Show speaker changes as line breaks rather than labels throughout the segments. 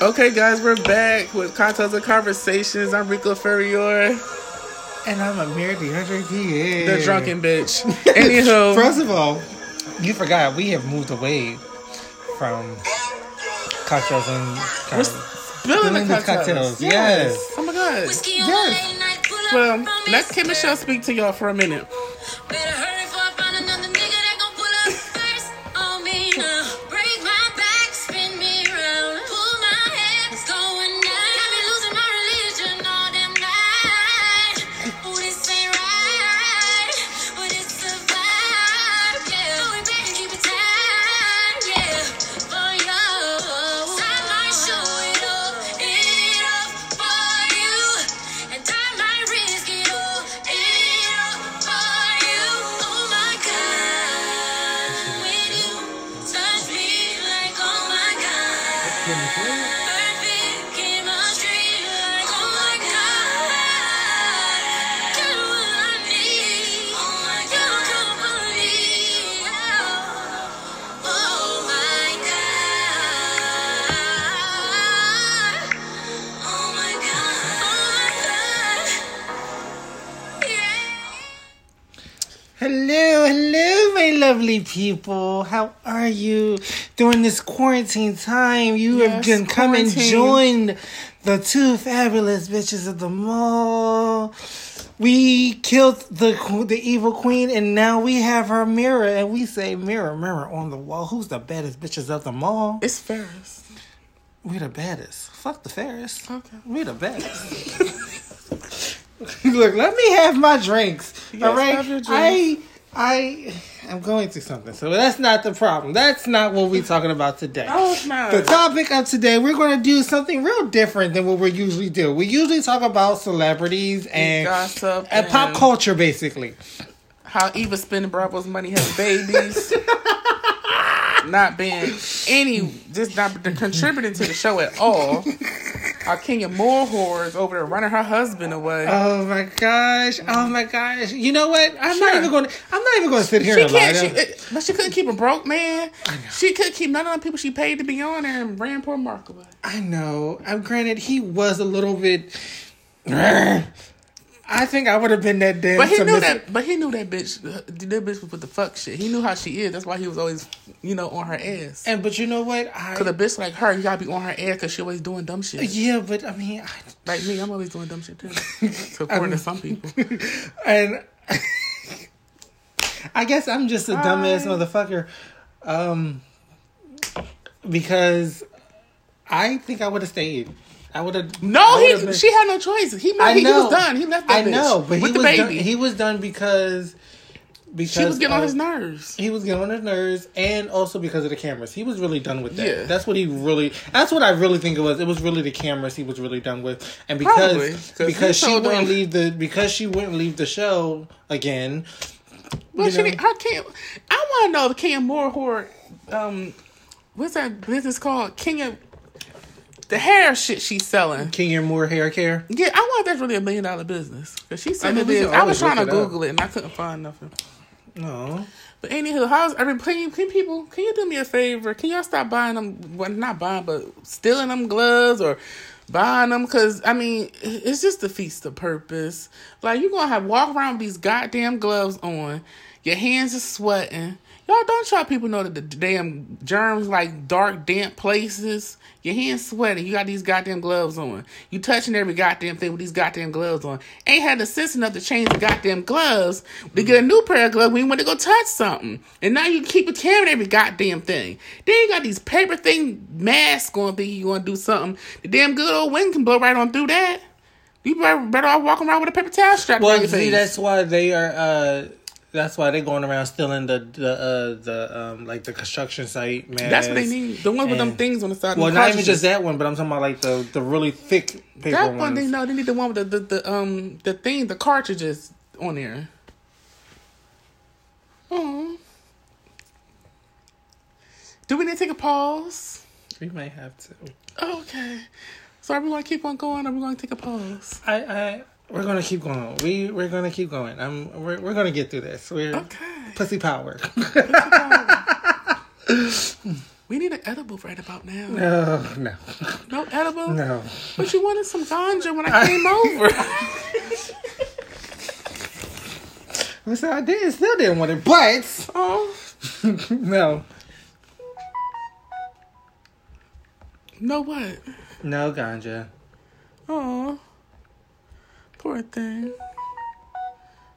Okay, guys, we're back with Cocktails and Conversations. I'm Rico Ferrior,
And I'm Amir DeAndre Diaz.
the drunken bitch. Anywho,
First of all, you forgot we have moved away from cocktails and
we're
kind of-
spilling the
Spilling the
cocktails.
cocktails, yes.
Oh my god.
Whiskey on
Yes.
late night, pull up
Well,
from
let
his
Kim Michelle speak to y'all for a minute.
Better hurry before I find another nigga that gon' pull up first on me. Uh, break my back, spin me round. Pull my head, it's going down. Got me losing my religion all damn night. Oh, this ain't right, but it's a vibe, yeah. So we better keep it tight, yeah. For you. So I might show it up, it up for you. And I might risk it all, it up for you. Oh my God. When you touch me like, oh my God. Perfect chemistry like, oh my God. You're what I need. Oh my God. You're what I need. Oh my god. Oh my god. Oh my god. Yeah.
Hello, hello, my lovely people. How are you? During this quarantine time, you have
Yes,
been come and
quarantine.
joined the two fabulous bitches of the mall. We killed the qu- the evil queen, and now we have her mirror, and we say, "Mirror, mirror on the wall, who's the baddest bitches of the mall?"
It's Ferris.
We're the baddest. Fuck the fairest.
Okay.
We're the baddest. Look, let me have my drinks.
Yes,
all right.
have your drinks.
I I I'm going through something. So that's not the problem. That's not what we're talking about today.
No, Oh, it's not.
The topic of today, we're going to do something real different than what we usually do. We usually talk about celebrities and
gossip
and pop
and-
culture, basically.
How Eva spending Bravo's money has babies. not being any, just not contributing to the show at all. Our Kenya Moore whore is over there running her husband away.
Oh my gosh! Oh my gosh! You know what? I'm not
Sure.
even going. to I'm not even going to sit here
She
and lie.
can't. She, it- but she couldn't keep a broke man. She couldn't keep none of the people she paid to be on there and ran poor Mark away.
I know. I'm granted he was a little bit. I think I would have been that damn.
But he knew
submissive-
that. But he knew that bitch. uh, That bitch was with the fuck shit. He knew how she is. That's why he was always, you know, on her ass.
And but you know what?
Cause a
I
bitch like her, you gotta be on her ass because she always doing dumb shit.
yeah, but I mean, I,
Like me, I'm always doing dumb shit too. So according to some people,
and I guess I'm just a dumbass
Hi.
motherfucker, um, because I think I would have stayed. I would have.
no, he she had no choice. He,
I
he,
know.
was done. He left that
I
bitch
know, but
with
he
the
was
baby.
done. He was done because because
she was getting on
of-
his nerves.
He was getting on his nerves, and also because of the cameras. He was really done with that.
Yeah.
That's what he really. That's what I really think it was. It was really the cameras he was really done with, and because
Probably, 'cause he
because she
told
wouldn't
him-
leave the because she wouldn't leave the show again.
Well,
you
she
know.
didn't, her Cam. I want to know if Cam Moore whore, um, what's that business called? Kenya, the hair shit she's selling.
King and Moore hair care.
Yeah, I want that's really a million dollar business because she said
mean,
it
we
is.
can
I
always
was trying to
look it up.
Google it and I couldn't find nothing.
No,
But anywho, how's I mean, can, you, can people can you do me a favor? Can y'all stop buying them? Well, not buying, but stealing them gloves or buying them because I mean it's just defeats the purpose. Like you gonna have walk around with these goddamn gloves on, your hands are sweating. Y'all don't y'all people know that the damn germs like dark damp places. Your hands sweating. You got these goddamn gloves on. You touching every goddamn thing with these goddamn gloves on. Ain't had the sense enough to change the goddamn gloves to get a new pair of gloves when you want to go touch something. And now you keep a camera in every goddamn thing. Then you got these paper thing masks on thinking you gonna do something. The damn good old wind can blow right on through that. You better, better off walking around with a paper towel strapped
well,
around your
see,
face.
that's why they are. uh That's why they're going around stealing the the uh, the um like the construction site. Masks.
That's what they need. The ones with them
and-
things on the side.
Well,
them
not even
cartridges.
just that one, but I'm talking about like the the really thick paper
That
ones.
one they no, they need the one with the, the, the um the thing, the cartridges on there. Oh. Do we need to take a pause?
We might have to.
Okay. So are we gonna keep on going or are we gonna take a pause?
I, I, we're gonna keep going. We, we're gonna keep going. I'm, we're, we're gonna get through this. We're
Okay.
pussy power.
We need an edible right about now. No,
Oh, no.
edible?
No.
But you wanted some ganja when I came over.
So I did, still didn't want it, but
oh.
no.
No what?
No ganja.
Oh. Poor thing.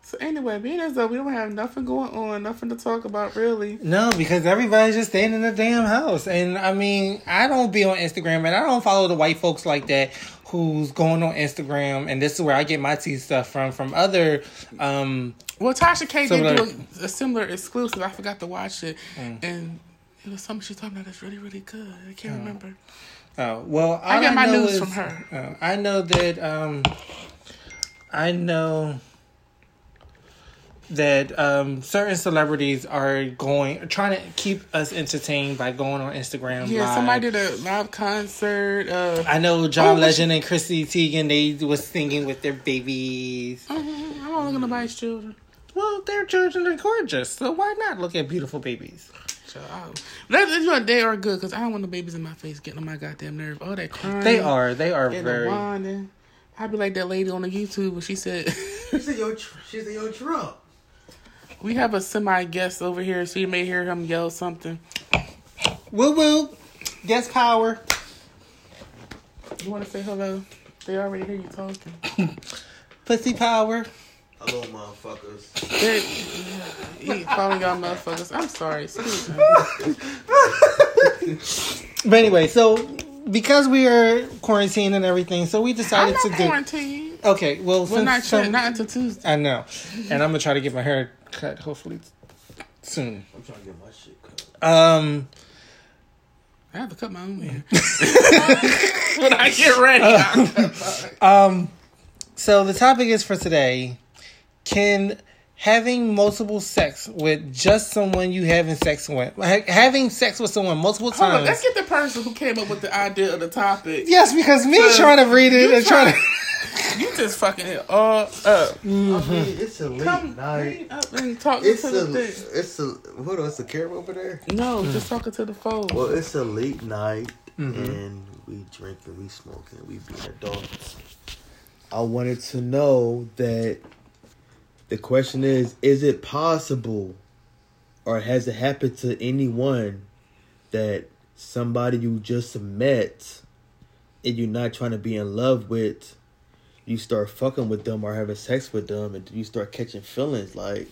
So anyway, being as though we don't have nothing going on, nothing to talk about really.
No, because everybody's just staying in the damn house. And I mean, I don't be on Instagram and I don't follow the white folks like that who's going on Instagram and this is where I get my tea stuff from from other um
Well, Tasha K
Similar.
did do a, a similar exclusive. I forgot to watch it,
Mm.
and it was something she talking about that's really, really good. I can't remember.
oh well all
I got my
know
news
is-
from her.
oh, I know that um I know that um certain celebrities are going trying to keep us entertained by going on Instagram
Yeah,
live.
somebody did a live concert. Uh,
I know John
Oh, what
Legend and Chrissy Teigen. They was singing with their babies.
I don't look at
Mm.
nobody's children.
Well, their children are gorgeous, so why not look at beautiful babies?
So, I don't- that, you know, they are good because I don't want the babies in my face getting on my goddamn nerve. Oh, that crying.
They are. They are
And the
very.
whining. I be like that lady on the YouTube when she said,
She said, yo, tr- she said, yo, Trump.
"We have a semi guest over here, so you may hear him yell something."
Woo woo. Yes, power.
You want to say hello? They already hear you talking.
Pussy power.
Hello, motherfuckers.
They, yeah, he calling y'all motherfuckers. I'm sorry. Excuse me.
But anyway, so because we are quarantined and everything, so we
I'm
decided
not
to do.
quarantined.
Okay,
Well,
well, since
not yet.
some-
Not until Tuesday.
I know, and I'm gonna try to get my hair cut hopefully soon.
I'm trying to get my shit cut.
Um,
I have to cut my own hair. when I get ready. I'll cut mine.
So the topic is for today: Can having multiple sex with just someone you having sex with, ha- having sex with someone multiple
Hold on.
times?
Let's get the person who came up with the idea of the topic.
yes, because me
So,
trying to read it
you
and trying to.
You just fucking it all up.
I mean, it's a late
Come
night.
clean up and talk
It's
to
a,
the thing.
it's a, what else? A carrot over there?
No, just talking to the phone.
Well, it's a late night, and we drinking, we smoking, we being adults. I wanted to know that the question is: Is it possible, or has it happened to anyone that somebody you just met and you're not trying to be in love with, you start fucking with them or having sex with them, and you start catching feelings like,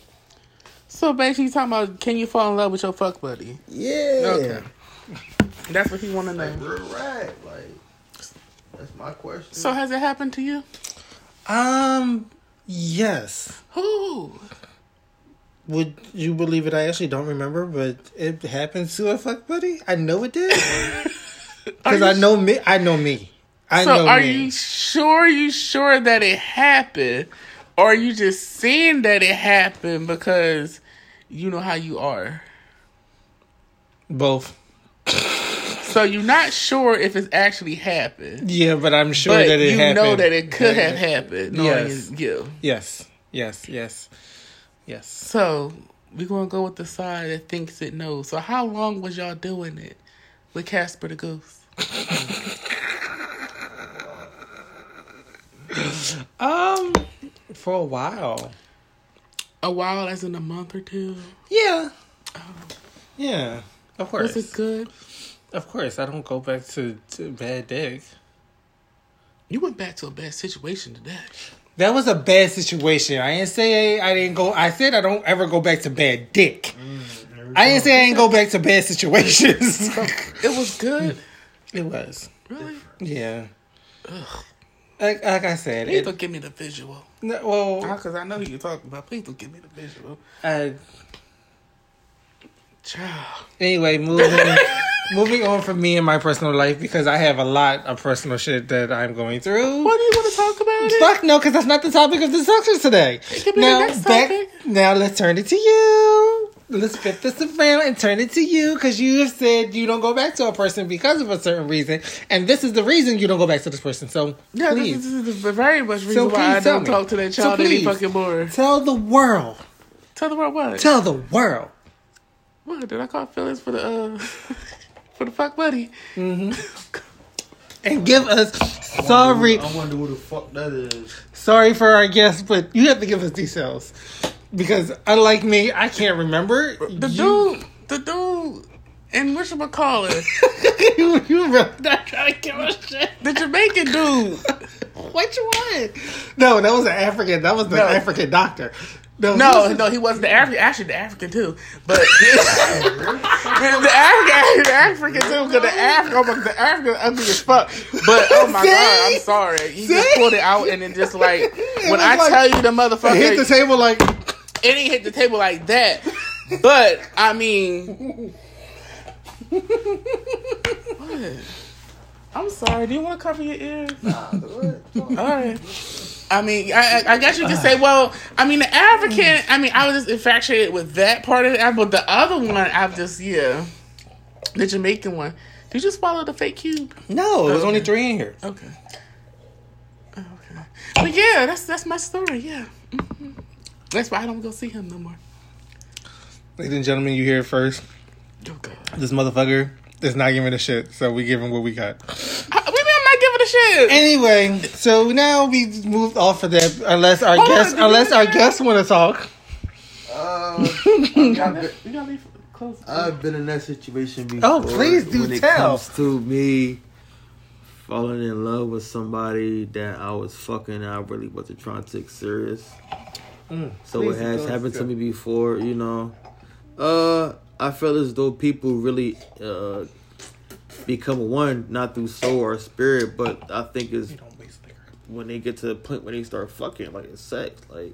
So basically, you talking about can you fall in love with your fuck buddy?
yeah,
Okay. That's what he want to
like
know.
real rap, like. That's my question.
So has it happened to you?
Um. Yes.
Who?
Would you believe it? I actually don't remember, but it happened to a fuck buddy. I know it did
Are
because
you
I know me. I know me. I
So
know
are
me.
you sure you sure that it happened? Or are you just seeing that it happened because you know how you are?
both?
So you're not sure if it's actually happened.
Yeah, but I'm sure
But
that it
you
happened.
know that it could have happened. knowing
Yes.
you.
Yes. Yes. Yes. Yes.
So we're gonna go with the side that thinks it knows. So how long was y'all doing it with Casper the Ghost?
Um, for a while.
A while, as in a month or two.
Yeah. Yeah. Of
Was
course.
it good?
Of course. I don't go back to, to bad dick.
You went back to a bad situation today.
That was a bad situation. I didn't say I didn't go. I said I don't ever go back to bad dick.
Mm,
I didn't say I didn't go back to bad situations.
It was good.
it was.
really?
Yeah. Like, like I said,
Please
it,
don't give me the visual.
no, well, uh,
Because I know who you're talking about. Please don't give me the visual.
I,
Child.
anyway, moving moving on from me and my personal life because I have a lot of personal shit that I'm going through.
What do you want to talk about? It?
Fuck no, because that's not the topic of discussion today.
could be the next topic.
now let's turn it to you. Let's flip this around and turn it to you because you have said you don't go back to a person because of a certain reason, and this is the reason you don't go back to this person. So
Yeah, this
please
is, this is the very much reason
please
why I
tell
don't
me.
talk to that
So
child any
please.
fucking more.
tell the world,
Tell the world what?
tell the world.
what? Did I call feelings for the uh? for the fuck buddy.
and give us sorry,
I wonder who the fuck that is.
sorry for our guests, but you have to give us details because unlike me, I can't remember.
The
you,
dude, the dude, and what you call it?
you, you really not trying to give a shit.
The Jamaican dude.
Which one? No, that was an African. That was the
No.
African doctor. No,
No,
he was-
no, he wasn't the African. Actually, the African too, but the African, the African too, because the African, but the African ugly as fuck. But oh my
See?
god, I'm sorry. You
See?
just pulled it out, and it just like when
was
I
like-
tell you the
I hit
motherfucker,
the table like
it ain't hit the table like that. But I mean, What? I'm sorry. Do you want to cover your ears? All right. I mean, I, I I guess you could say, well, I mean, the African. I mean, I was just infatuated with that part of it, but the other one, I've just yeah, the Jamaican one. Did you swallow the fake cube?
no. There's only three in here.
Okay. Okay. But yeah, that's that's my story. Yeah. Mhm. That's why I don't go see him no more.
Ladies and gentlemen, you hear it first.
Oh God.
This motherfucker is not giving a shit, so we give him what we got.
I, we I'm not giving a shit.
Anyway, so now we moved off of that. Unless our
Hold on,
guests,
did you
unless our
wanna share?
guests want to talk.
you gotta be close.
I've been in that situation before.
Oh, please do
when
tell.
it comes to me falling in love with somebody that I was fucking, and I really wasn't trying to take serious. so
Mm, please
it has
don't
happened to
do
me before, you know. Uh, I feel as though people really uh become one not through soul or spirit, but I think it's when they get to the point when they start fucking like it's sex like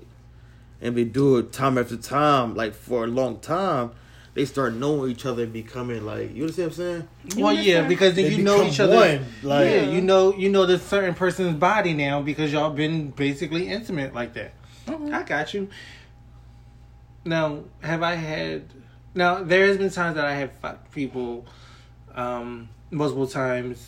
and they do it time after time like for a long time they start knowing each other and becoming like you understand what i'm saying
Well, yeah,
understand?
because then
They
you know
become
each other.
one, like-
yeah, you know, you know this certain person's body now because y'all been basically intimate like that.
Mm-hmm.
I got you. Now, have I had? Now, there has been times that I have fucked people um, multiple times,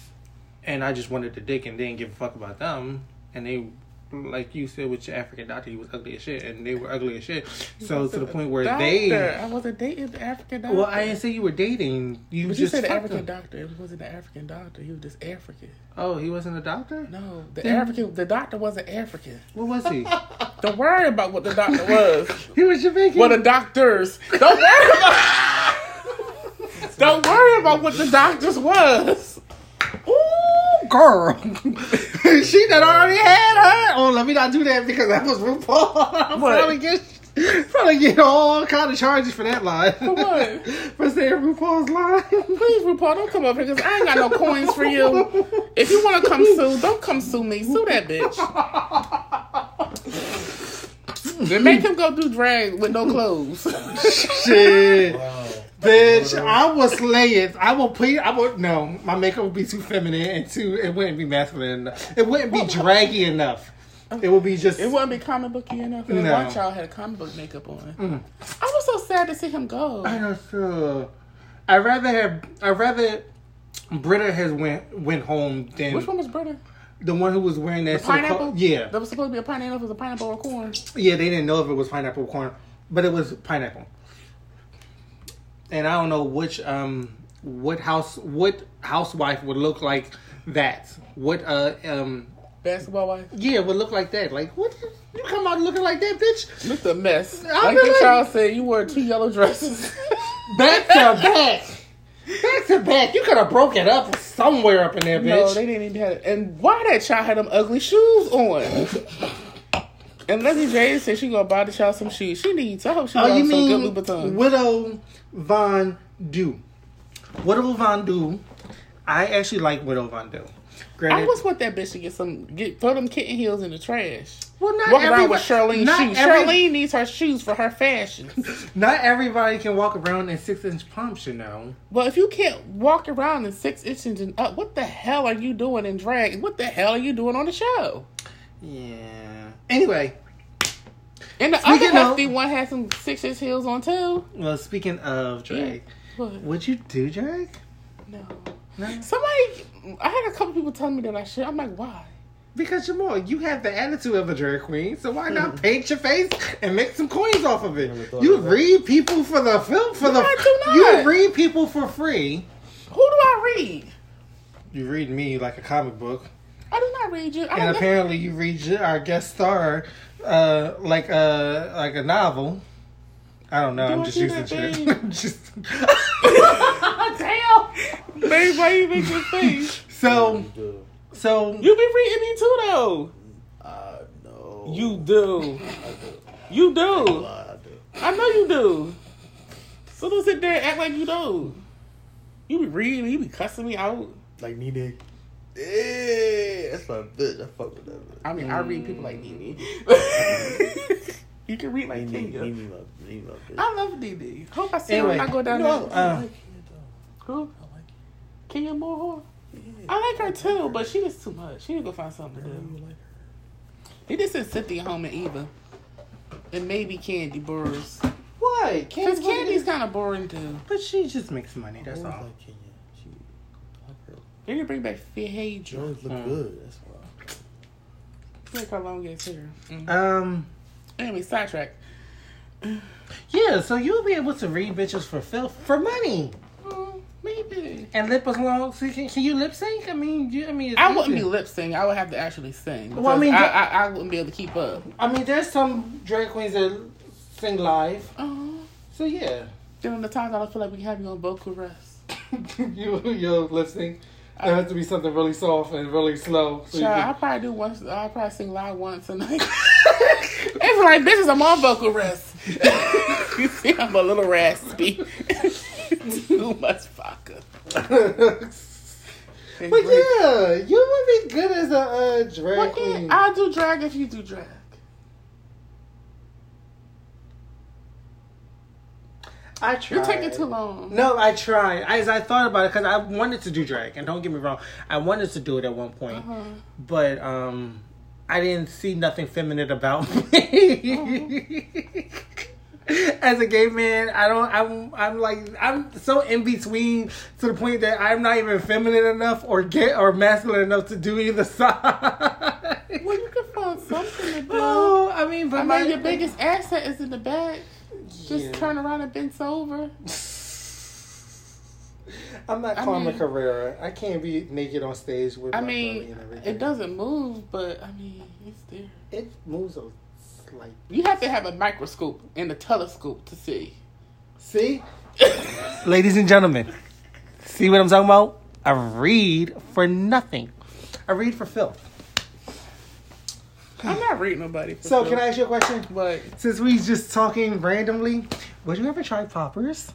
and I just wanted to dick and didn't give a fuck about them, and they. Like you said with your African doctor, he was ugly as shit, and they were ugly as shit. So to the point where
doctor.
they,
I wasn't dating the African doctor.
well, I didn't say you were dating. You
But
just
you said the
fucked
African
them.
doctor. It wasn't the African doctor. He was just African.
Oh, he wasn't a doctor?
No, the
Then-
African. The doctor wasn't African.
What was he?
Don't worry about what the doctor was.
he was Jamaican.
well, the doctors. Don't worry about. Don't worry about what the doctors was.
Ooh, girl. she that already had her. Oh, let me not do that because that was RuPaul. I'm
What?
probably get probably get all kind of charges for that line. For
what?
for saying RuPaul's line.
Please, RuPaul, don't come up here because I ain't got no coins for you. If you want to come sue, don't come sue me. Sue that bitch. Then make him go do drag with no clothes.
Shit. Bitch, I will slay it. I will please. I will no. My makeup would be too feminine and too. It wouldn't be masculine enough. It wouldn't be draggy enough. It would be just.
It wouldn't be comic booky enough.
No.
No. One child had a comic book makeup on. I was so sad to see him go.
I don't know. I rather have. I rather Britta has went went home than
Which one was Britta?
the one who was wearing that. so-called-
Pineapple.
yeah,
that was supposed to be a pineapple. It was a pineapple or corn.
yeah. They didn't know if it was pineapple or corn, but it was pineapple. And I don't know which um what house what housewife would look like that. What uh um
Basketball wife.
yeah would look like that. Like what you come out looking like that, bitch?
Looked a mess.
I
like
really-
the child said, you wore two yellow dresses.
Back to back. Back to back, you could have broke it up somewhere up in there, bitch.
no, they didn't even have. It. And why that child had them ugly shoes on? And Leslie J said she gonna buy the child some shoes. She needs. I hope she
Oh,
buys
you
some
mean
good Louis Vuitton.
Widow Von Du? Widow Von Du. I actually like Widow Von Du. Granted,
I always want that bitch to get some get throw them kitten heels in the trash.
well, not
Walk around
everybo-
with Charlene's
not
shoes.
every-
Charlene needs her shoes for her fashion.
Not everybody can walk around in six inch pumps, you know.
well, if you can't walk around in six inches and up, what the hell are you doing in drag? And What the hell are you doing on the show?
Yeah. Anyway,
And the
Speaking
other hefty
of-
one had some six inch heels on too.
well, speaking of drag,
What?
would you do drag?
No.
No.
Somebody, I had a couple people tell me that I should. I'm like, why?
Because Jamal, you have the attitude of a drag queen, so why not paint your face and make some coins off of it?
thought
You
of that.
read people for the film for
No,
the
I do not.
you read people for free.
Who do I read.
You read me like a comic book,
I do not read you. I
and
don't know.
apparently you read ju- our guest star uh, like a like a novel. I don't know.
Do
I'm
I
just
do
using
that,
shit.
babe?
I'm just
Damn. Babe, why you make your face?
so
Dude,
so.
You be reading me too, though.
I know.
You do.
I do.
You do.
I do.
I know you do. So don't sit there and act like you do. You be reading, you be cussing me out.
Like Nene. Yeah, that's my bitch. I fuck with that bitch.
I mean, I read people like Nene. you can read like
Nene,
Kenya.
Nene, my, Nene, my bitch.
I love Nene. Hope I see her
Anyway,
when I go down
No,
there.
I
Uh,
like it though.
Who?
I like it.
Kenya Moore?
Yeah.
I like her too, but she was too much. She need to go find something to
Girl,
do.
you like her.
They just sent Cynthia home and Eva. And maybe Candy Burris.
What?
Because
Candy,
Candy's kind of boring too.
But she just makes money. That's
I always
all.
like Kenya. She, I like her.
They need to bring back
She
Phaedra.
always look
Mm.
good. That's why.
Look how long it's here. Mm.
Um.
Anyway, sidetrack.
Yeah. So you'll be able to read bitches for filth for money
Mm, maybe.
and lip as long. So can, can you lip sync? I mean, you, I mean, it's
I wouldn't be
easy.
lip syncing. I would have to actually sing.
Well, I
because
mean,
I,
that-
I, I wouldn't be able to keep up.
I mean, there's some drag queens that sing live.
Oh.
So yeah,
Then on the times I don't feel like we can have you on vocal rest.
you you lip sync. It has to be something really soft and really slow. So you
Child, I
can-
probably do once. I probably sing live once and like it's like this is I'm on vocal rest. you see, I'm a little raspy. Too much vodka. And
but
grape-
yeah, you would be good as a uh, drag
Well, yeah,
queen.
I'll do drag if you do drag.
I tried.
You're taking too long.
No, I tried. As I thought about it, because I wanted to do drag, and don't get me wrong, I wanted to do it at one point,
Uh-huh.
but um, I didn't see nothing feminine about me.
Uh-huh.
As a gay man, I don't. I'm. I'm like. I'm so in between to the point that I'm not even feminine enough or gay or masculine enough to do either side.
Well, you can find something to do.
Oh, I mean, but
I
my
mean, your biggest asset is in the back. Just
Yeah.
turn around and bend over.
I'm not
I
Carmen
mean-
Carrera. I can't be naked on stage with.
I
my
mean,
belly and everything.
it doesn't move, but I mean, it's there.
It moves a slight.
You have to have a microscope and a telescope to see.
See, ladies and gentlemen, see what I'm talking about? I read for nothing. I read for filth.
I'm not reading nobody. for
So,
sure.
can I ask you a question?
But
Since we just talking randomly, would you ever try poppers?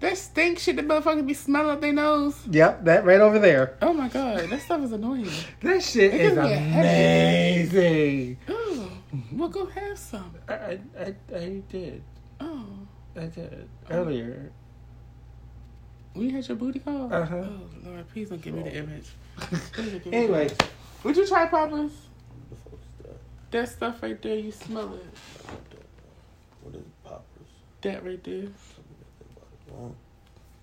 that stink shit that motherfuckers be smelling up their nose.
Yep, that right over there.
Oh my god, that stuff is annoying.
That shit is
gives me a headache.
amazing.
Ooh, Oh, well, go have some.
I, I, I, I did.
Oh,
I did earlier.
we had your booty call.
Uh-huh.
Oh Lord, please don't give me the image. Please don't give me the
Anyway,
image. would you try poppers?
The fuck is that?
That stuff right there, you smell it.
What is poppers?
That right there,
Tell me nothing about it. Wrong.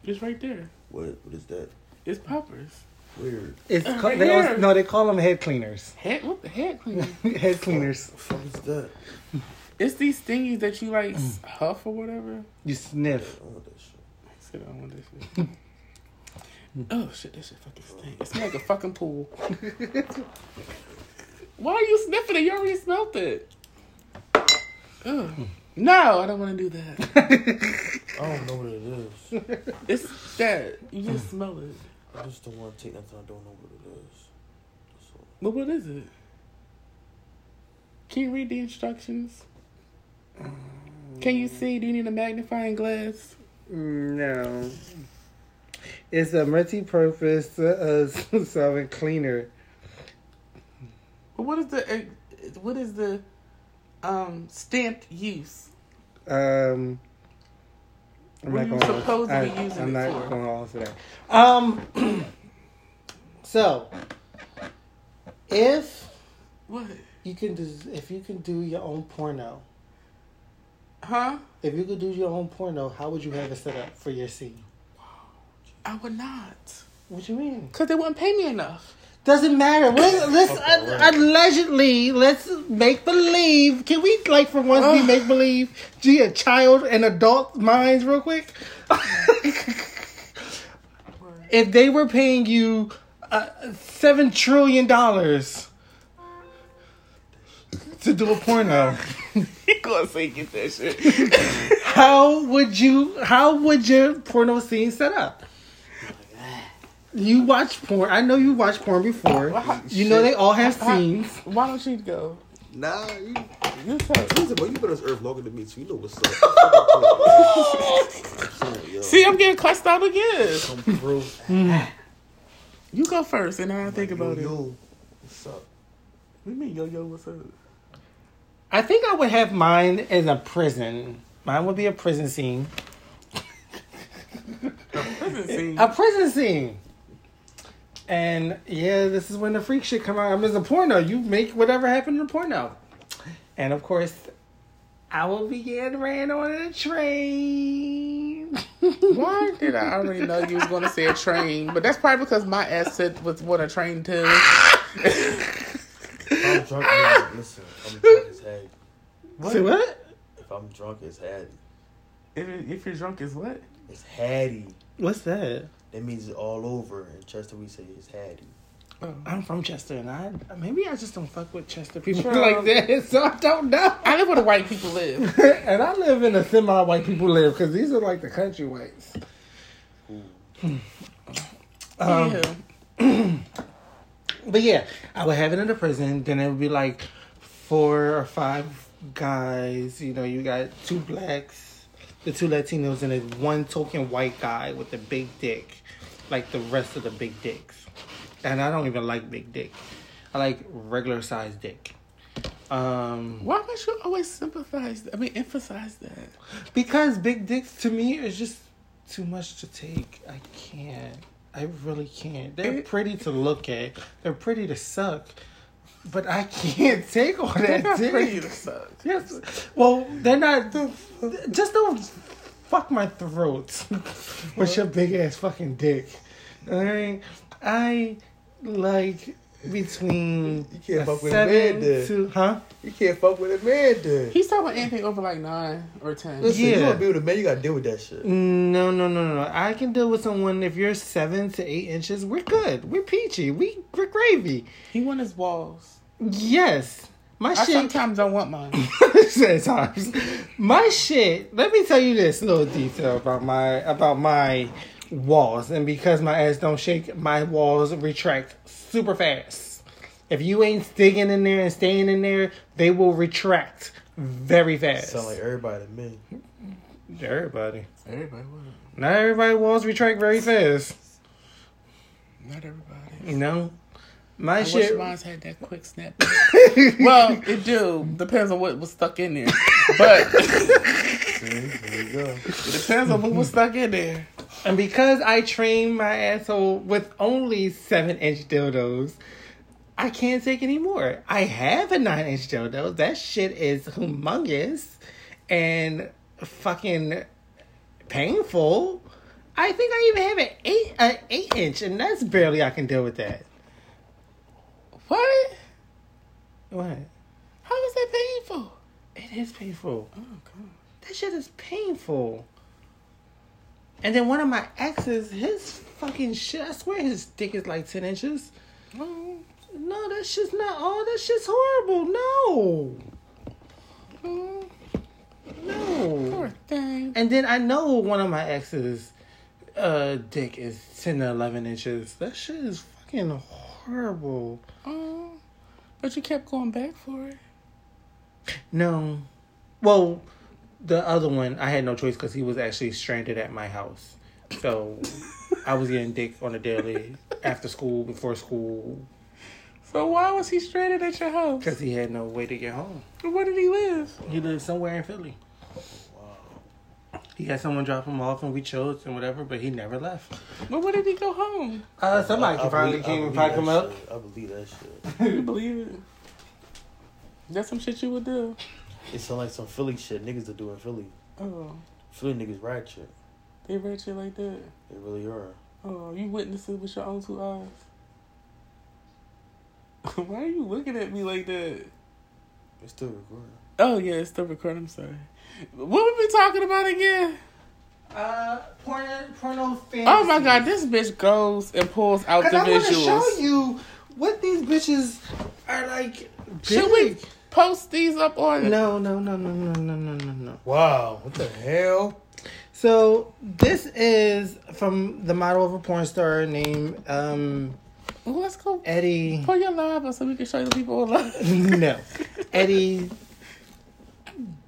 it's right there.
What, what is that?
It's poppers.
Weird.
it's
Right
ca- they also,
here.
no, they call them head cleaners.
Head, what the head cleaner?
head cleaners.
What the fuck is that?
it's these thingies that you like s huff or whatever.
You
I
sniff.
don't want that shit.
Sit down with this shit. oh shit, that shit fucking stinks. It smells like a fucking pool. Why are you sniffing it? You already smelt it. Ugh. No, I don't want to do that.
I don't know what it is.
It's that. You just smell it.
I just don't want to take nothing. I don't know what it is. That's all.
But what is it? Can you read the instructions? Can you see? Do you need a magnifying glass?
No. It's a multi-purpose uh, uh, solvent cleaner.
But what is the eh, what is the um stamped use?
Um, I'm
What are you
gonna-
supposed to be
I-
using
I'm
it
not
for?
going all into that. Um, so if
What?
you can do, if you can do your own porno,
Huh?
if you could do your own porno, how would you have it set up for your scene?
I would not.
What you mean?
Because they wouldn't pay me enough.
Doesn't matter. Let's, let's uh, allegedly let's make believe. Can we like for once be
Ugh.
make believe? Gee, a child and adult minds, real quick. if they were paying you uh, seven trillion dollars to do a porno,
He gonna say get that shit.
how would you? How would your porno scene set up? You watch porn. I know you watched porn before. You know they all have scenes.
Why don't you go?
Nah, you,
You tell.
listen, bro, you've been on this earth longer than me, so you know what's up.
See, I'm getting cussed out again.
Come through.
You go first, and then I think about it. What
Yo, what's up?
do you mean, yo, yo, what's up?
I think I would have mine as a prison. Mine would be a prison scene.
Prison scene.
A prison scene. And yeah, this is when the freak shit come out. I mean, it's a porno. You make whatever happened in the porno. And of course, I will be getting ran on a train.
Why did I already know you was going to say a train? But that's probably because my ass said was what a train to.
I'm drunk. man. Listen, I'm drunk as heck.
Say what?
If I'm drunk, it's Hattie.
If, if you're drunk, is what?
It's Hattie.
What's that?
That means it's all over. In Chester, we say it's Hattie.
I'm from Chester, and I maybe I just don't fuck with Chester people like that, so I don't know.
I live where the white people live.
and I live in a semi-white people live because these are like the country whites. Um,
yeah.
But yeah, I would have it in the prison. Then it would be like four or five guys. You know, you got two blacks, the two Latinos, and then one token white guy with the big dick, like the rest of the big dicks. And I don't even like big dick. I like regular sized dick. Um,
Why must you always sympathize? I mean, emphasize that.
because big dicks to me is just too much to take. I can't. I really can't. They're pretty to look at. They're pretty to suck. But I can't take all
They're
that
not
dick.
pretty to suck.
Yes. Well, they're not. Just don't fuck my throat with your big ass fucking dick. All right. I like between
You can't
a
fuck with a man
seven
then.
to huh?
You can't fuck with a man, dude.
He's talking about anything over like nine or ten.
Listen, you
Yeah.
want to be with a man, you got to deal with that shit.
No, no, no, no, no. I can deal with someone if you're seven to eight inches. We're good. We're peachy. We we're gravy.
He won his walls.
Yes, my
I
shit.
sometimes don't want mine.
Said times. My shit. Let me tell you this little detail about my about my walls, and because my ass don't shake, my walls retract super fast. If you ain't digging in there and staying in there, they will retract very fast.
Sound like everybody to me.
everybody.
Everybody won.
Not everybody walls retract very fast.
Not everybody.
You know, my
I wish
shit.
mine had that quick snap. well, it do depends on what was stuck in there, but.
There you go.
Depends on what was stuck in there.
And because I train my asshole with only seven inch dildos, I can't take any more. I have a nine inch dildo. That shit is humongous and fucking painful. I think I even have an eight an eight inch, and that's barely I can deal with that.
What?
What?
How was that painful?
It is painful.
Oh god.
That shit is painful. And then one of my exes, his fucking shit, I swear his dick is like 10 inches.
Oh,
No, that shit's not. Oh, that shit's horrible. No,
oh,
no.
poor thing.
And then I know one of my exes' uh, dick is ten to eleven inches. That shit is fucking horrible.
Oh, but you kept going back for it.
No, well, the other one I had no choice because he was actually stranded at my house, so I was getting dick on a daily, after school, before school,
So why was he stranded at your house?
because he had no way to get home.
Where did he live?
He lived somewhere in Philly. He had someone drop him off, and we chose and whatever, but he never left.
But where did he go home?
Uh, somebody
I
can finally
believe- I
came and
believe
packed
that
him up.
shit. I believe that shit.
you believe it? That's some shit you would do.
It sound like some Philly shit niggas are doing Philly.
Oh,
Philly niggas ride shit.
they read you like that.
They really are.
Oh, you witnessed it with your own two eyes. Why are you looking at me like that?
It's still recording.
Oh yeah, it's still recording. I'm sorry. What were we talking about again?
uh, porno, porno fan.
Oh my god, this bitch goes and pulls out the
Because I want to
visuals.
show you what these bitches are like.
Should we
big.
post these up on?
No, no, no, no, no, no, no, no, no.
Wow, what the hell?
So this is from the model of a porn star named um,
Well, let's go
Eddie.
pull your live up so we can show the people live.
no, Eddie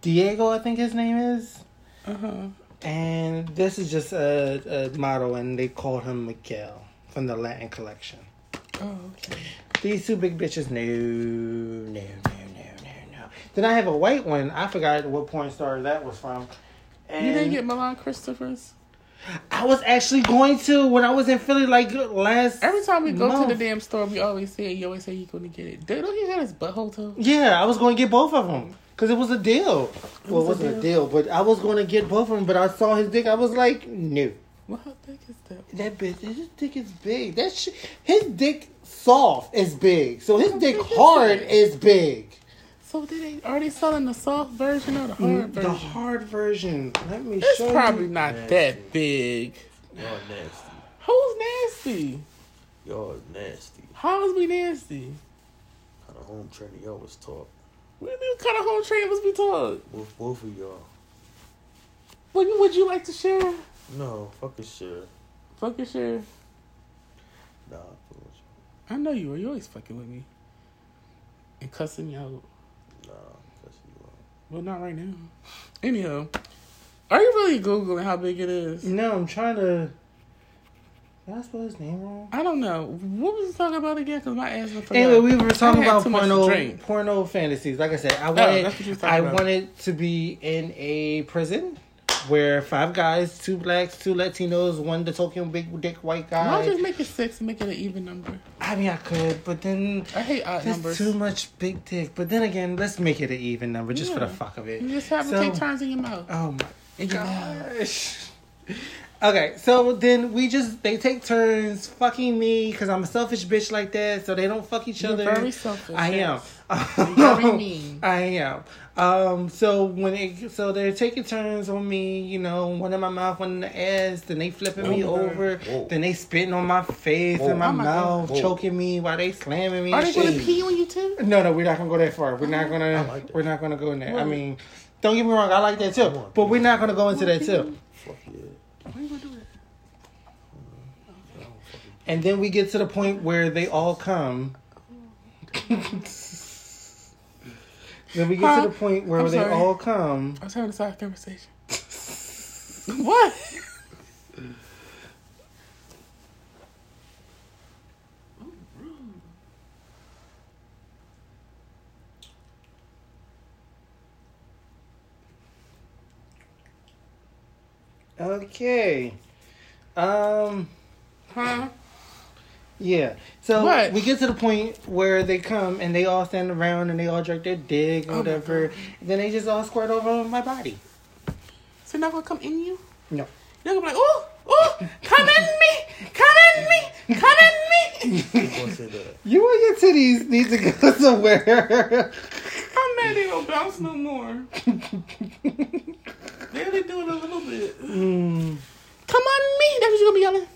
Diego, I think his name is.
Uh-huh.
And this is just a, a model, and they call him Miguel from the Latin collection.
Oh, okay.
These two big bitches, no, no, no, no, no, no. Then I have a white one. I forgot what porn star that was from. And
You didn't get Milan Christopher's.
I was actually going to when I was in Philly like last.
Every time we go
month.
to the damn store, we always say you always say you're going to get it. Don't he have his butthole too?
Yeah, I was going to get both of them because it was a deal. well, it
was a
wasn't a deal, but I was going to get both of them. But I saw his dick. I was like, no,
Well, how big is that?
that bitch, his dick is big. That sh- his dick soft is big, so his dick hard is big.
So did they already selling the soft version or the hard
Mm, The
version?
hard version. Let me
It's
show you.
probably not that big.
Y'all nasty.
Who's nasty?
Y'all nasty.
How is we nasty?
Kind of home trainer y'all was taught.
What kind of home trainers we talk?
Both, both of y'all.
Would you, would you like to share?
No, fucking sure.
Fucking share.
Nah, I'm fucking with
I know you are. You always fucking with me and cussing me out.
you. Nah, I'm cussing you out.
Well, not right now. Anyhow, are you really googling how big it is?
No, I'm trying to. Did I spell his name wrong?
I don't know. What was we talking about again? Because my ass was
Anyway, we were talking
I had
about
too much to
porno,
drink.
porno fantasies. Like I said, I
that's what you were
wanted,
talking
I
about.
wanted to be in a prison where five guys, two blacks, two Latinos, one the token big dick white
Why don't
guy.
just make it six and make it an even number?
I mean, I could, but then
I hate odd
that's
numbers.
too much big dick. But then again, let's make it an even number just for the
Yeah.
fuck of
You
it.
just have to
So-
take turns in your mouth.
Oh my
Uh, In your mouth.
gosh. Okay, so then we just they take turns fucking me because I'm a selfish bitch like that, so they don't fuck each
You're
other.
very selfish.
I am.
very mean.
I am. Um, so when it so they're taking turns on me, you know, one in my mouth, one in the ass, then they flipping me
Whoa.
over,
Whoa.
then they spitting on my face
Whoa.
and my,
Oh my
mouth,
God. Whoa.
choking me while they slamming me.
Are
and
they going
shit.
to pee on you too?
No, no, we're not gonna go that far. We're not
I
gonna.
like that.
we're not gonna go in there. I
Well-
mean, don't get me wrong. I like that too,
on,
but we're not gonna go into that too.
Fuck yeah.
Why you going to do it?
And then we get to the point where they all come. then we get
Huh?
to the point where
I'm
they
sorry.
all come.
I was having a side conversation. what?
Okay. Um.
Huh?
Yeah. So
What?
we get to the point where they come and they all stand around and they all jerk their dick or
Oh my
whatever. And then they just all squirt over on my body.
So not going to come in you?
No.
You're going to be like, ooh, ooh, come in me, come in me, come in me.
I'm gonna say that.
You and your titties need to go somewhere.
I'm mad they don't bounce no more. they only do it a little bit. Hmm, Come on me. That's what you're going to be yelling.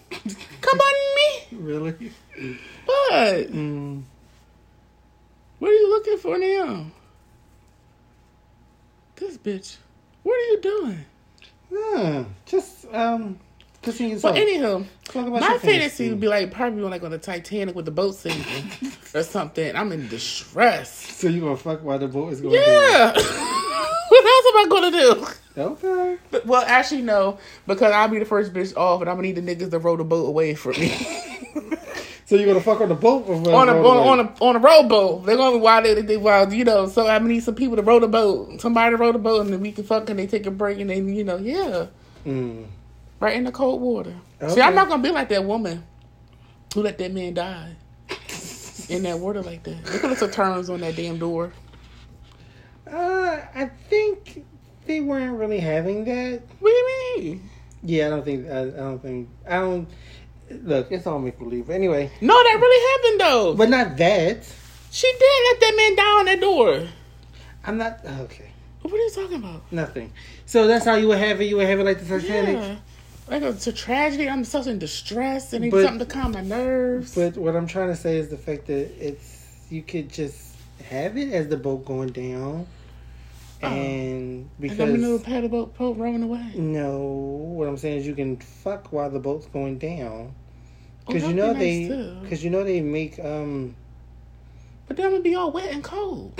Come on me.
really?
What?
Mm.
What are you looking for now? This bitch. What are you doing?
Yeah, just um, continue.
So,
talk.
anyhow,
talk about
my
your
fantasy would be like probably on like on the Titanic with the boat sinking or something. I'm in distress.
So you gonna fuck while the boat is going?
Yeah. what else am I gonna do?
down? Okay.
But, well, actually, no, because I'll be the first bitch off, and I'm gonna need the niggas to row the boat away from me
So you gonna fuck on the boat or
on a on, on a on a rowboat. They're gonna be wild. They, they wild, you know. So I'm gonna need some people to row the boat. Somebody to row the boat, and then we can fuck, and they take a break, and then you know, yeah.
Mm.
Right in the cold water. See,
Okay.
I'm not gonna be like that woman who let that man die in that water like that. They could have took turns on that damn door.
Uh, I think they weren't really having that.
What do you mean?
Yeah, I don't think. I, I don't think. I don't. Look, it's all make believe. Anyway,
No, that really happened though.
but not that.
she did let that man die on that door.
I'm not okay.
What are you talking about?
Nothing. So that's how you would have it. You would have it like the Titanic.
Yeah. Like it's a tragedy. I'm such in distress. I need
But-
something to calm my nerves.
But what I'm trying to say is the fact that it's you could just have it as the boat going down,
Oh.
and
Like I'm in a little
because
paddle boat, boat rowing away.
no, what I'm saying is you can fuck while the boat's going down. Because
Oh,
you
that'd
know
be nice
they,
too.
because you know they make um.
But then I'm gonna be all wet and cold.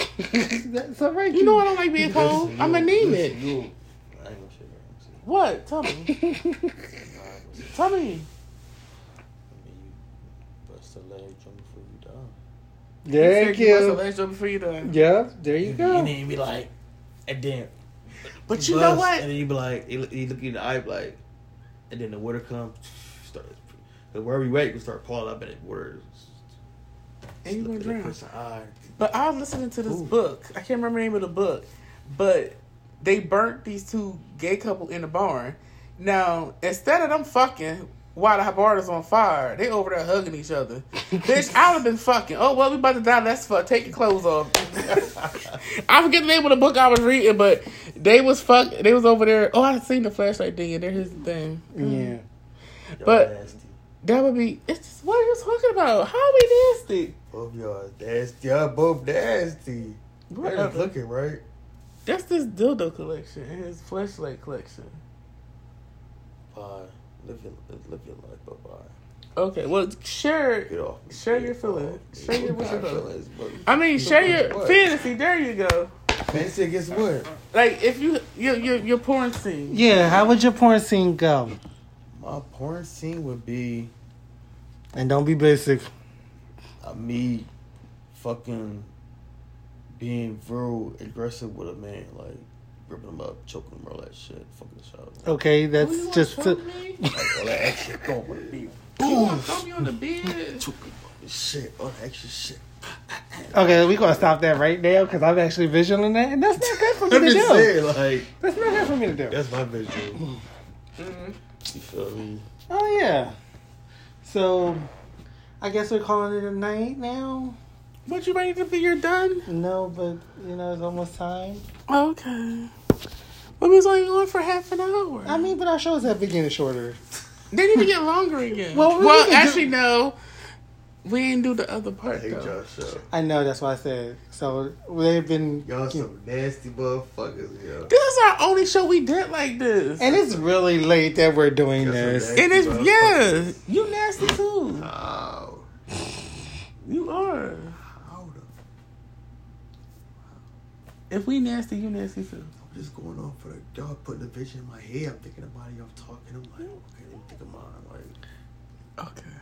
that's all right.
You know I don't like being cold. I'm anemic.
Listen, you- I ain't gonna shit, bro. I'm
What?
serious.
Tell me.
Nah, I ain't gonna shit.
Tell me.
I mean, you bust a leg jump before you die.
There
Take your
you.
muscle before you die.
Yep. There you
And
go.
then you be like, and then
But you
bust,
know what?
And then you be like, you look, you look in the eye like, and then the water comes, starts. The wherever you at, you can start calling up and it words.
And you gonna drown.
eye.
But I was listening to this
Ooh.
book. I can't remember the name of the book, but they burnt these two gay couple in the barn. Now instead of them fucking while the barn is on fire, they over there hugging each other. Bitch, I would have been fucking. Oh well, we about to die. That's fuck. Take your clothes off. I forget the name of the book I was reading, but they was fuck. They was over there. Oh, I seen the flashlight thing, and there's his thing.
Yeah.
Y'all
But-
nasty.
That would be. It's just, what are you talking about? How are we nasty?
Both y'all nasty. Y'all both nasty. Y'all not
Whatever.
looking right.
That's this dildo collection and his flashlight collection.
Bye. Live your live your life, but bye.
Okay, well, share,
Get off. me.
share your
Get
feelings.
off me.
Share your what you
My
feel.
feelings, bro.
I mean, share your
What?
fantasy. There you go.
Fancy against what?
Like if you your your, your porn scene.
Yeah. How would your porn scene go?
My porn scene would be
And don't be basic.
uh, me fucking being real aggressive with a man, like gripping him up, choking him, all that shit, fucking shot.
Oh,
Okay,
you
that's
wanna
just
choke
to,
me?
Like, all that extra going with me.
You want to throw me on the bed?
Choking fucking shit, all that extra shit.
okay. We gonna stop that right now because I'm actually visualing that, and that's not good for me
I'm
to
just
do.
saying, like,
That's not good for me to do.
that's my visual. Mm-hmm. You feel me?
Oh yeah. So, I guess we're calling it a night now.
But you ready to be? You're done.
No, but you know it's almost time.
Okay. But we was only on for half an hour.
I mean, but our shows have been getting shorter.
they need to get longer again. Well,
Well, we need to do-
actually no. We didn't do the other part
Hey,
though.
Josh, yo.
I know that's why I said so. They've been
Y'all some nasty motherfuckers, yo.
This is our only show we did like this.
and it's really late that we're doing
Yes,
this.
it
And it's
Bro.
yeah, you nasty too.
Ow.
You are.
How the
If we nasty, you nasty too.
I'm just going off for the y'all putting the vision in my head. I'm thinking about it, y'all talking. I'm like, okay, let me think of mine. Like,
Okay.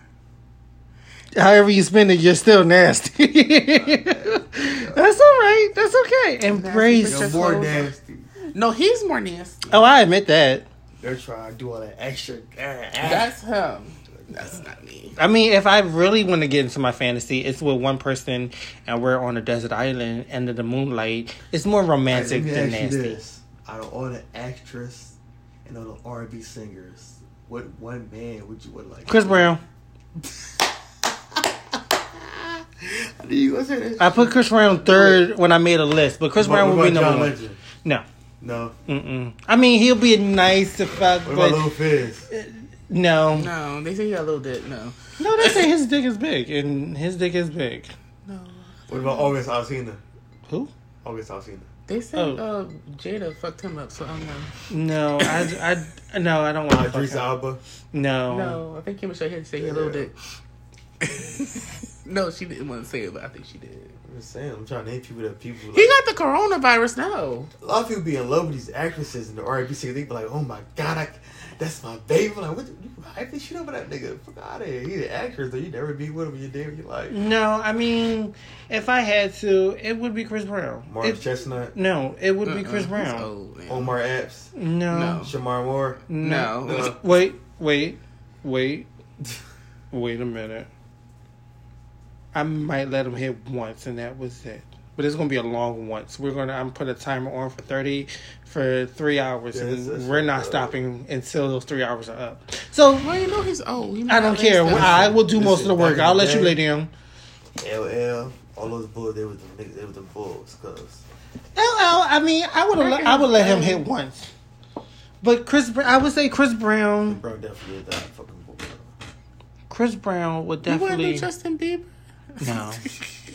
However you spend it, you're still nasty. that's all right. That's okay. Embrace.
Just
more
hold on.
nasty.
No, he's more nasty.
Oh, I admit that.
They're trying to do all that extra.
That's him. That's not me.
I mean, if I really want to get into my fantasy, it's with one person and we're on a desert island under the moonlight. It's more romantic than nasty.
Out of all the actress and all the R&B singers, what one man would you would like?
Chris Brown.
Do you gonna say that?
I put Chris Brown third when I made a list, but Chris
What-
Brown
what
would be
about John
number one.
Legend?
No.
No.
Mm-mm. I mean, he'll be nice to fuck,
What
but
about Lil Fizz?
no. no.
No, they say you got a little dick. No.
they say his dick is big, and his dick is big.
No.
What about August Alsina?
Who?
August Alsina.
They say
Oh.
uh, Jada fucked him up, so I don't know.
No, I, I, no, I don't want to
Idris
fuck him.
Alba.
No.
No, I think Kim Michelle had to say he had a little dick. no, she didn't want to say it, but I think she did.
I'm just saying, I'm trying to name people that people.
He
like-
got the coronavirus now.
A lot of people be in love with these actresses and the R&B singers. They be like, "Oh my god, I, that's my baby." Like, what? the- You hype the shit over that nigga? Fuck out of here. He's an actress, though. You never be with him in your day of your life.
No, I mean, if I had to, it would be Chris Brown.
Martin
It-
Chestnut,
no, it would be
Uh-uh,
Chris
he's
Brown. Oh,
old, man.
Omar Epps,
No.
No.
Shamar Moore.
No.
No.
Wait, wait, wait, wait a minute. I might let him hit once, and that was it. But it's gonna be a long once. We're gonna I'm put a timer on for thirty, for three hours,
Yeah,
and
that's- that's
we're not
not bad.
stopping until those three hours are up. So
Well, you know he's old. He
I don't care. I will do most of the work.
back in
I'll
the
let you
day-
lay down.
LL. All those bulls. They was the niggas. They was the bulls. Cause
LL, I mean, I would
Freaking
I would let him
insane.
hit once, but Chris, Br- I would say Chris Brown.
Bro, definitely is that fucking boy.
Chris Brown would
You wouldn't
definitely
do Justin Bieber?
no.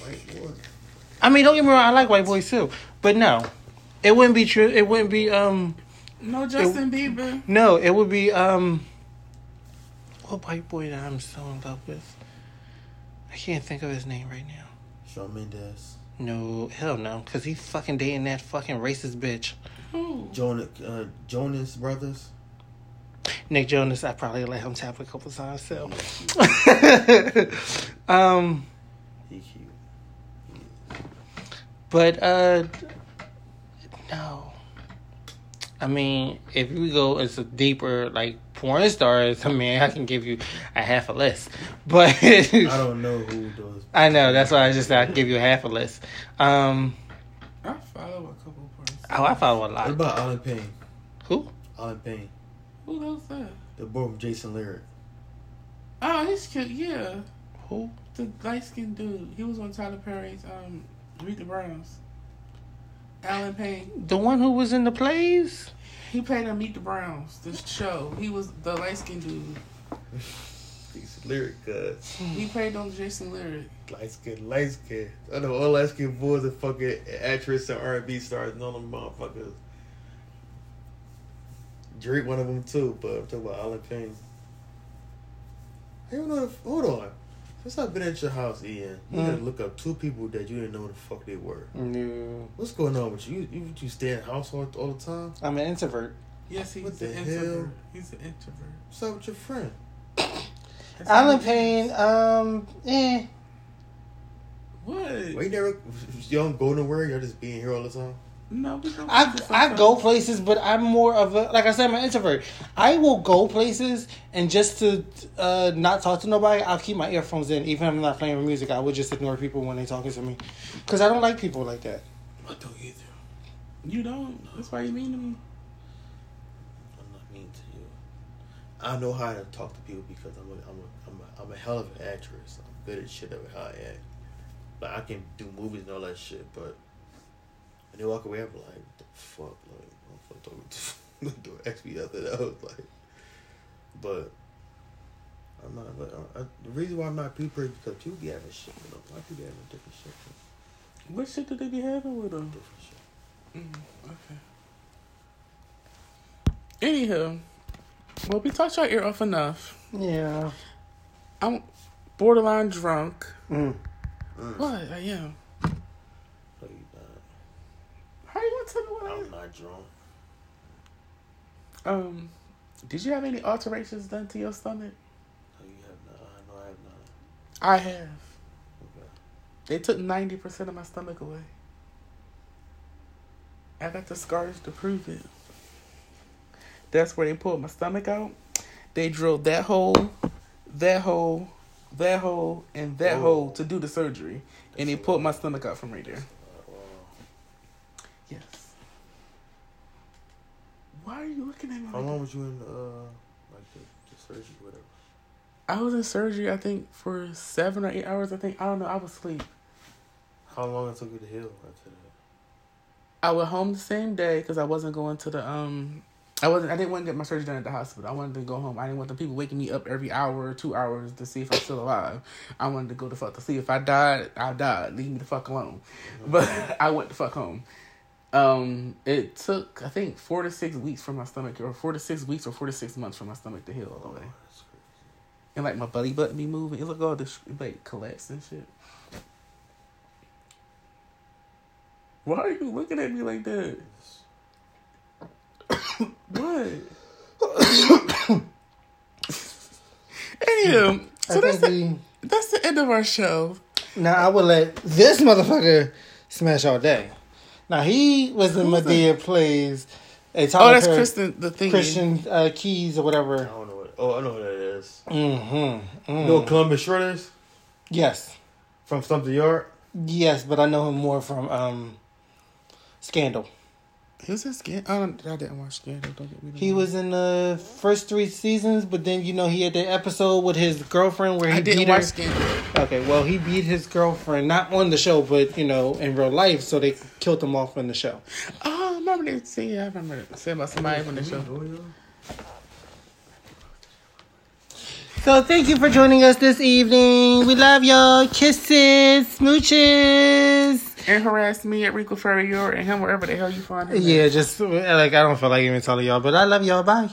White boy.
I mean, don't get me wrong, I like white boys too, but no, it wouldn't be true. It wouldn't be um
No Justin Bieber.
no, it would be um what white boy that I'm so in love with. I can't think of his name right now.
Shawn Mendes.
No, hell no, because he's fucking dating that fucking racist bitch.
Who?
Jonas, uh, Jonas Brothers.
Nick Jonas, I probably let him tap a couple times too. um,
He cute.
but uh, no. I mean, if you go into deeper like porn stars, I mean, I can give you a half a list, but
I
I,
don't know who does.
know that's why I just I give you a half a list. Um,
I follow a couple persons.
oh, I follow a
What
lot.
about Alan Payne?
Who?
Alan Payne,
Who knows that?
the boy from Jason Lyric.
Oh, he's cute. Yeah,
Who?
the light skinned dude. He was on Tyler Perry's um, Read the Browns. Alan Payne.
The one who was in the plays?
He played on Meet the Browns, the show. He was the light skinned dude.
Jason Lyric, cuz.
He played on Jason Lyric.
Light skin, light skin. I know all light skin boys are fucking actress and R&B stars. None of them motherfuckers. Drake one of them too, but I'm talking about Alan Payne. I don't know. If, hold on. Since I've been at your house, Ian, you gotta look up two people that you didn't know who the fuck they were.
No,
What's going on with you? You, you, you stay in the house all, all the time?
I'm an introvert.
Yes, he's
What the
an
hell?
introvert. He's an introvert.
What's up with your friend?
That's
Alan
how he
Payne,
is.
um, eh.
What?
Why you never? You don't go nowhere. Y'all just being here all the time.
No, we don't.
I,
do
I go
something.
places, but I'm more of a like I said, I'm an introvert. I will go places and just to uh, not talk to nobody, I'll keep my earphones in, even if I'm not playing music. I will just ignore people when they talking to me, because I don't like people like that.
I don't either.
You don't. That's why you mean to me.
I'm not mean to you. I know how to talk to people because I'm a, I'm a, I'm a, I'm a hell of an actress. I'm good at shit of how I act. Like I can do movies and all that shit, but when they walk away, I'm like, what the fuck, like, what the fuck don't, don't ask me after that. I was like, but I'm not. But uh, I, I, the reason why I'm not people is because people be having shit. You know, a lot of people having different shit,
What shit did they be having with him?
different shit.
Okay. Anywho, well, we talked y'all ear off enough.
Yeah.
I'm borderline drunk.
Mm.
What? I am.
No, you not.
How you want to tell me what I
I'm
am?
not drunk.
Um, did you have any alterations done to your stomach?
No, you have not. I know I have not.
I have.
Okay.
They took 90% of my stomach away. I got the scars to prove it. That's where they pulled my stomach out. They drilled that hole, that hole, that hole, and that
Whoa.
hole to do the surgery. And they pulled my stomach out from right there.
Uh, well.
Yes. Why are you looking at me?
How
like
long was you in uh like the, the surgery or whatever?
that? I was in surgery, I think, for seven or eight hours. I think, I don't know, I was asleep.
How long it took you to heal after that?
I went home the same day because I wasn't going to the um. I wasn't. I didn't want to get my surgery done at the hospital. I wanted to go home. I didn't want the people waking me up every hour or two hours to see if I'm still alive. I wanted to go the fuck to see if I died. I died. Leave me the fuck alone. But I went the fuck home. Um, it took I think four to six weeks for my stomach, or four to six weeks, or four to six months for my stomach to heal all the way.
Oh, That's crazy.
And like my belly button be moving. It looked all this like collapsed and shit. Why are you looking at me like that? what? Anywho, so
I
that's
think
the,
we,
that's the end of our show.
now I would let this motherfucker smash all day. Now he was in
Who's
Medea plays. A
Oh, that's
Christian
Kristen, the thing.
Christian uh, Keys or
I
whatever.
don't know what. Oh, I know what that is.
Mm-hmm.
You know what Columbus Short is
Yes.
from Something Yard.
Yes, but I know him more from um, Scandal.
He was in Scandal. Oh, I, don't- I didn't watch Scandal. Don't get me
He was in the first three seasons, but then you know he had that episode with his girlfriend where he
I didn't
beat her.
watch Scandal.
Okay, well he beat his girlfriend not on the show, but you know in real life, so they killed him off on the show.
Oh, I remember they say. I remember they say about somebody on the
Oh,
show.
So thank you for joining us this evening. We love y'all. Kisses, smooches.
And harass me at Rico Ferrier and him wherever the hell you find him. at.
Yeah, just like I don't feel like even telling y'all, but I love y'all. Bye.